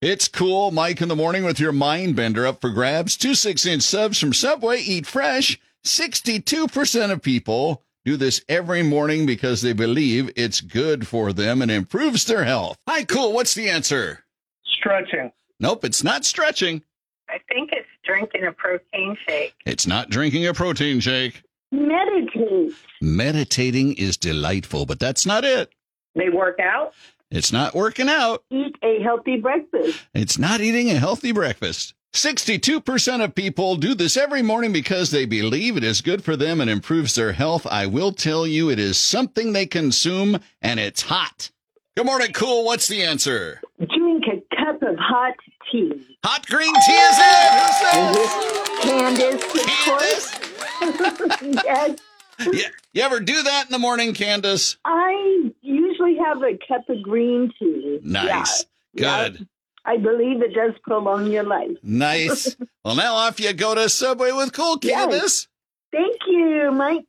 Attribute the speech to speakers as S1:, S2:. S1: It's cool. Mike in the morning with your mind bender up for grabs. Two six inch subs from Subway. Eat fresh. 62% of people do this every morning because they believe it's good for them and improves their health. Hi, cool. What's the answer?
S2: Stretching.
S1: Nope, it's not stretching.
S3: I think it's drinking a protein shake.
S1: It's not drinking a protein shake.
S4: Meditate.
S1: Meditating is delightful, but that's not it.
S3: They work out.
S1: It's not working out.
S4: Eat a healthy breakfast.
S1: It's not eating a healthy breakfast. 62% of people do this every morning because they believe it is good for them and improves their health. I will tell you, it is something they consume and it's hot. Good morning, cool. What's the answer?
S4: Drink a cup of hot tea.
S1: Hot green tea is it? Who's this?
S4: Candace, of
S1: Candace?
S4: course. yes.
S1: Yeah. You ever do that in the morning, Candace?
S4: I usually have a cup of green tea.
S1: Nice.
S4: Yeah.
S1: Good.
S4: Yeah. I believe it does prolong your life.
S1: Nice. well, now off you go to Subway with Cool
S4: Yes.
S1: Candace.
S4: Thank you, Mike.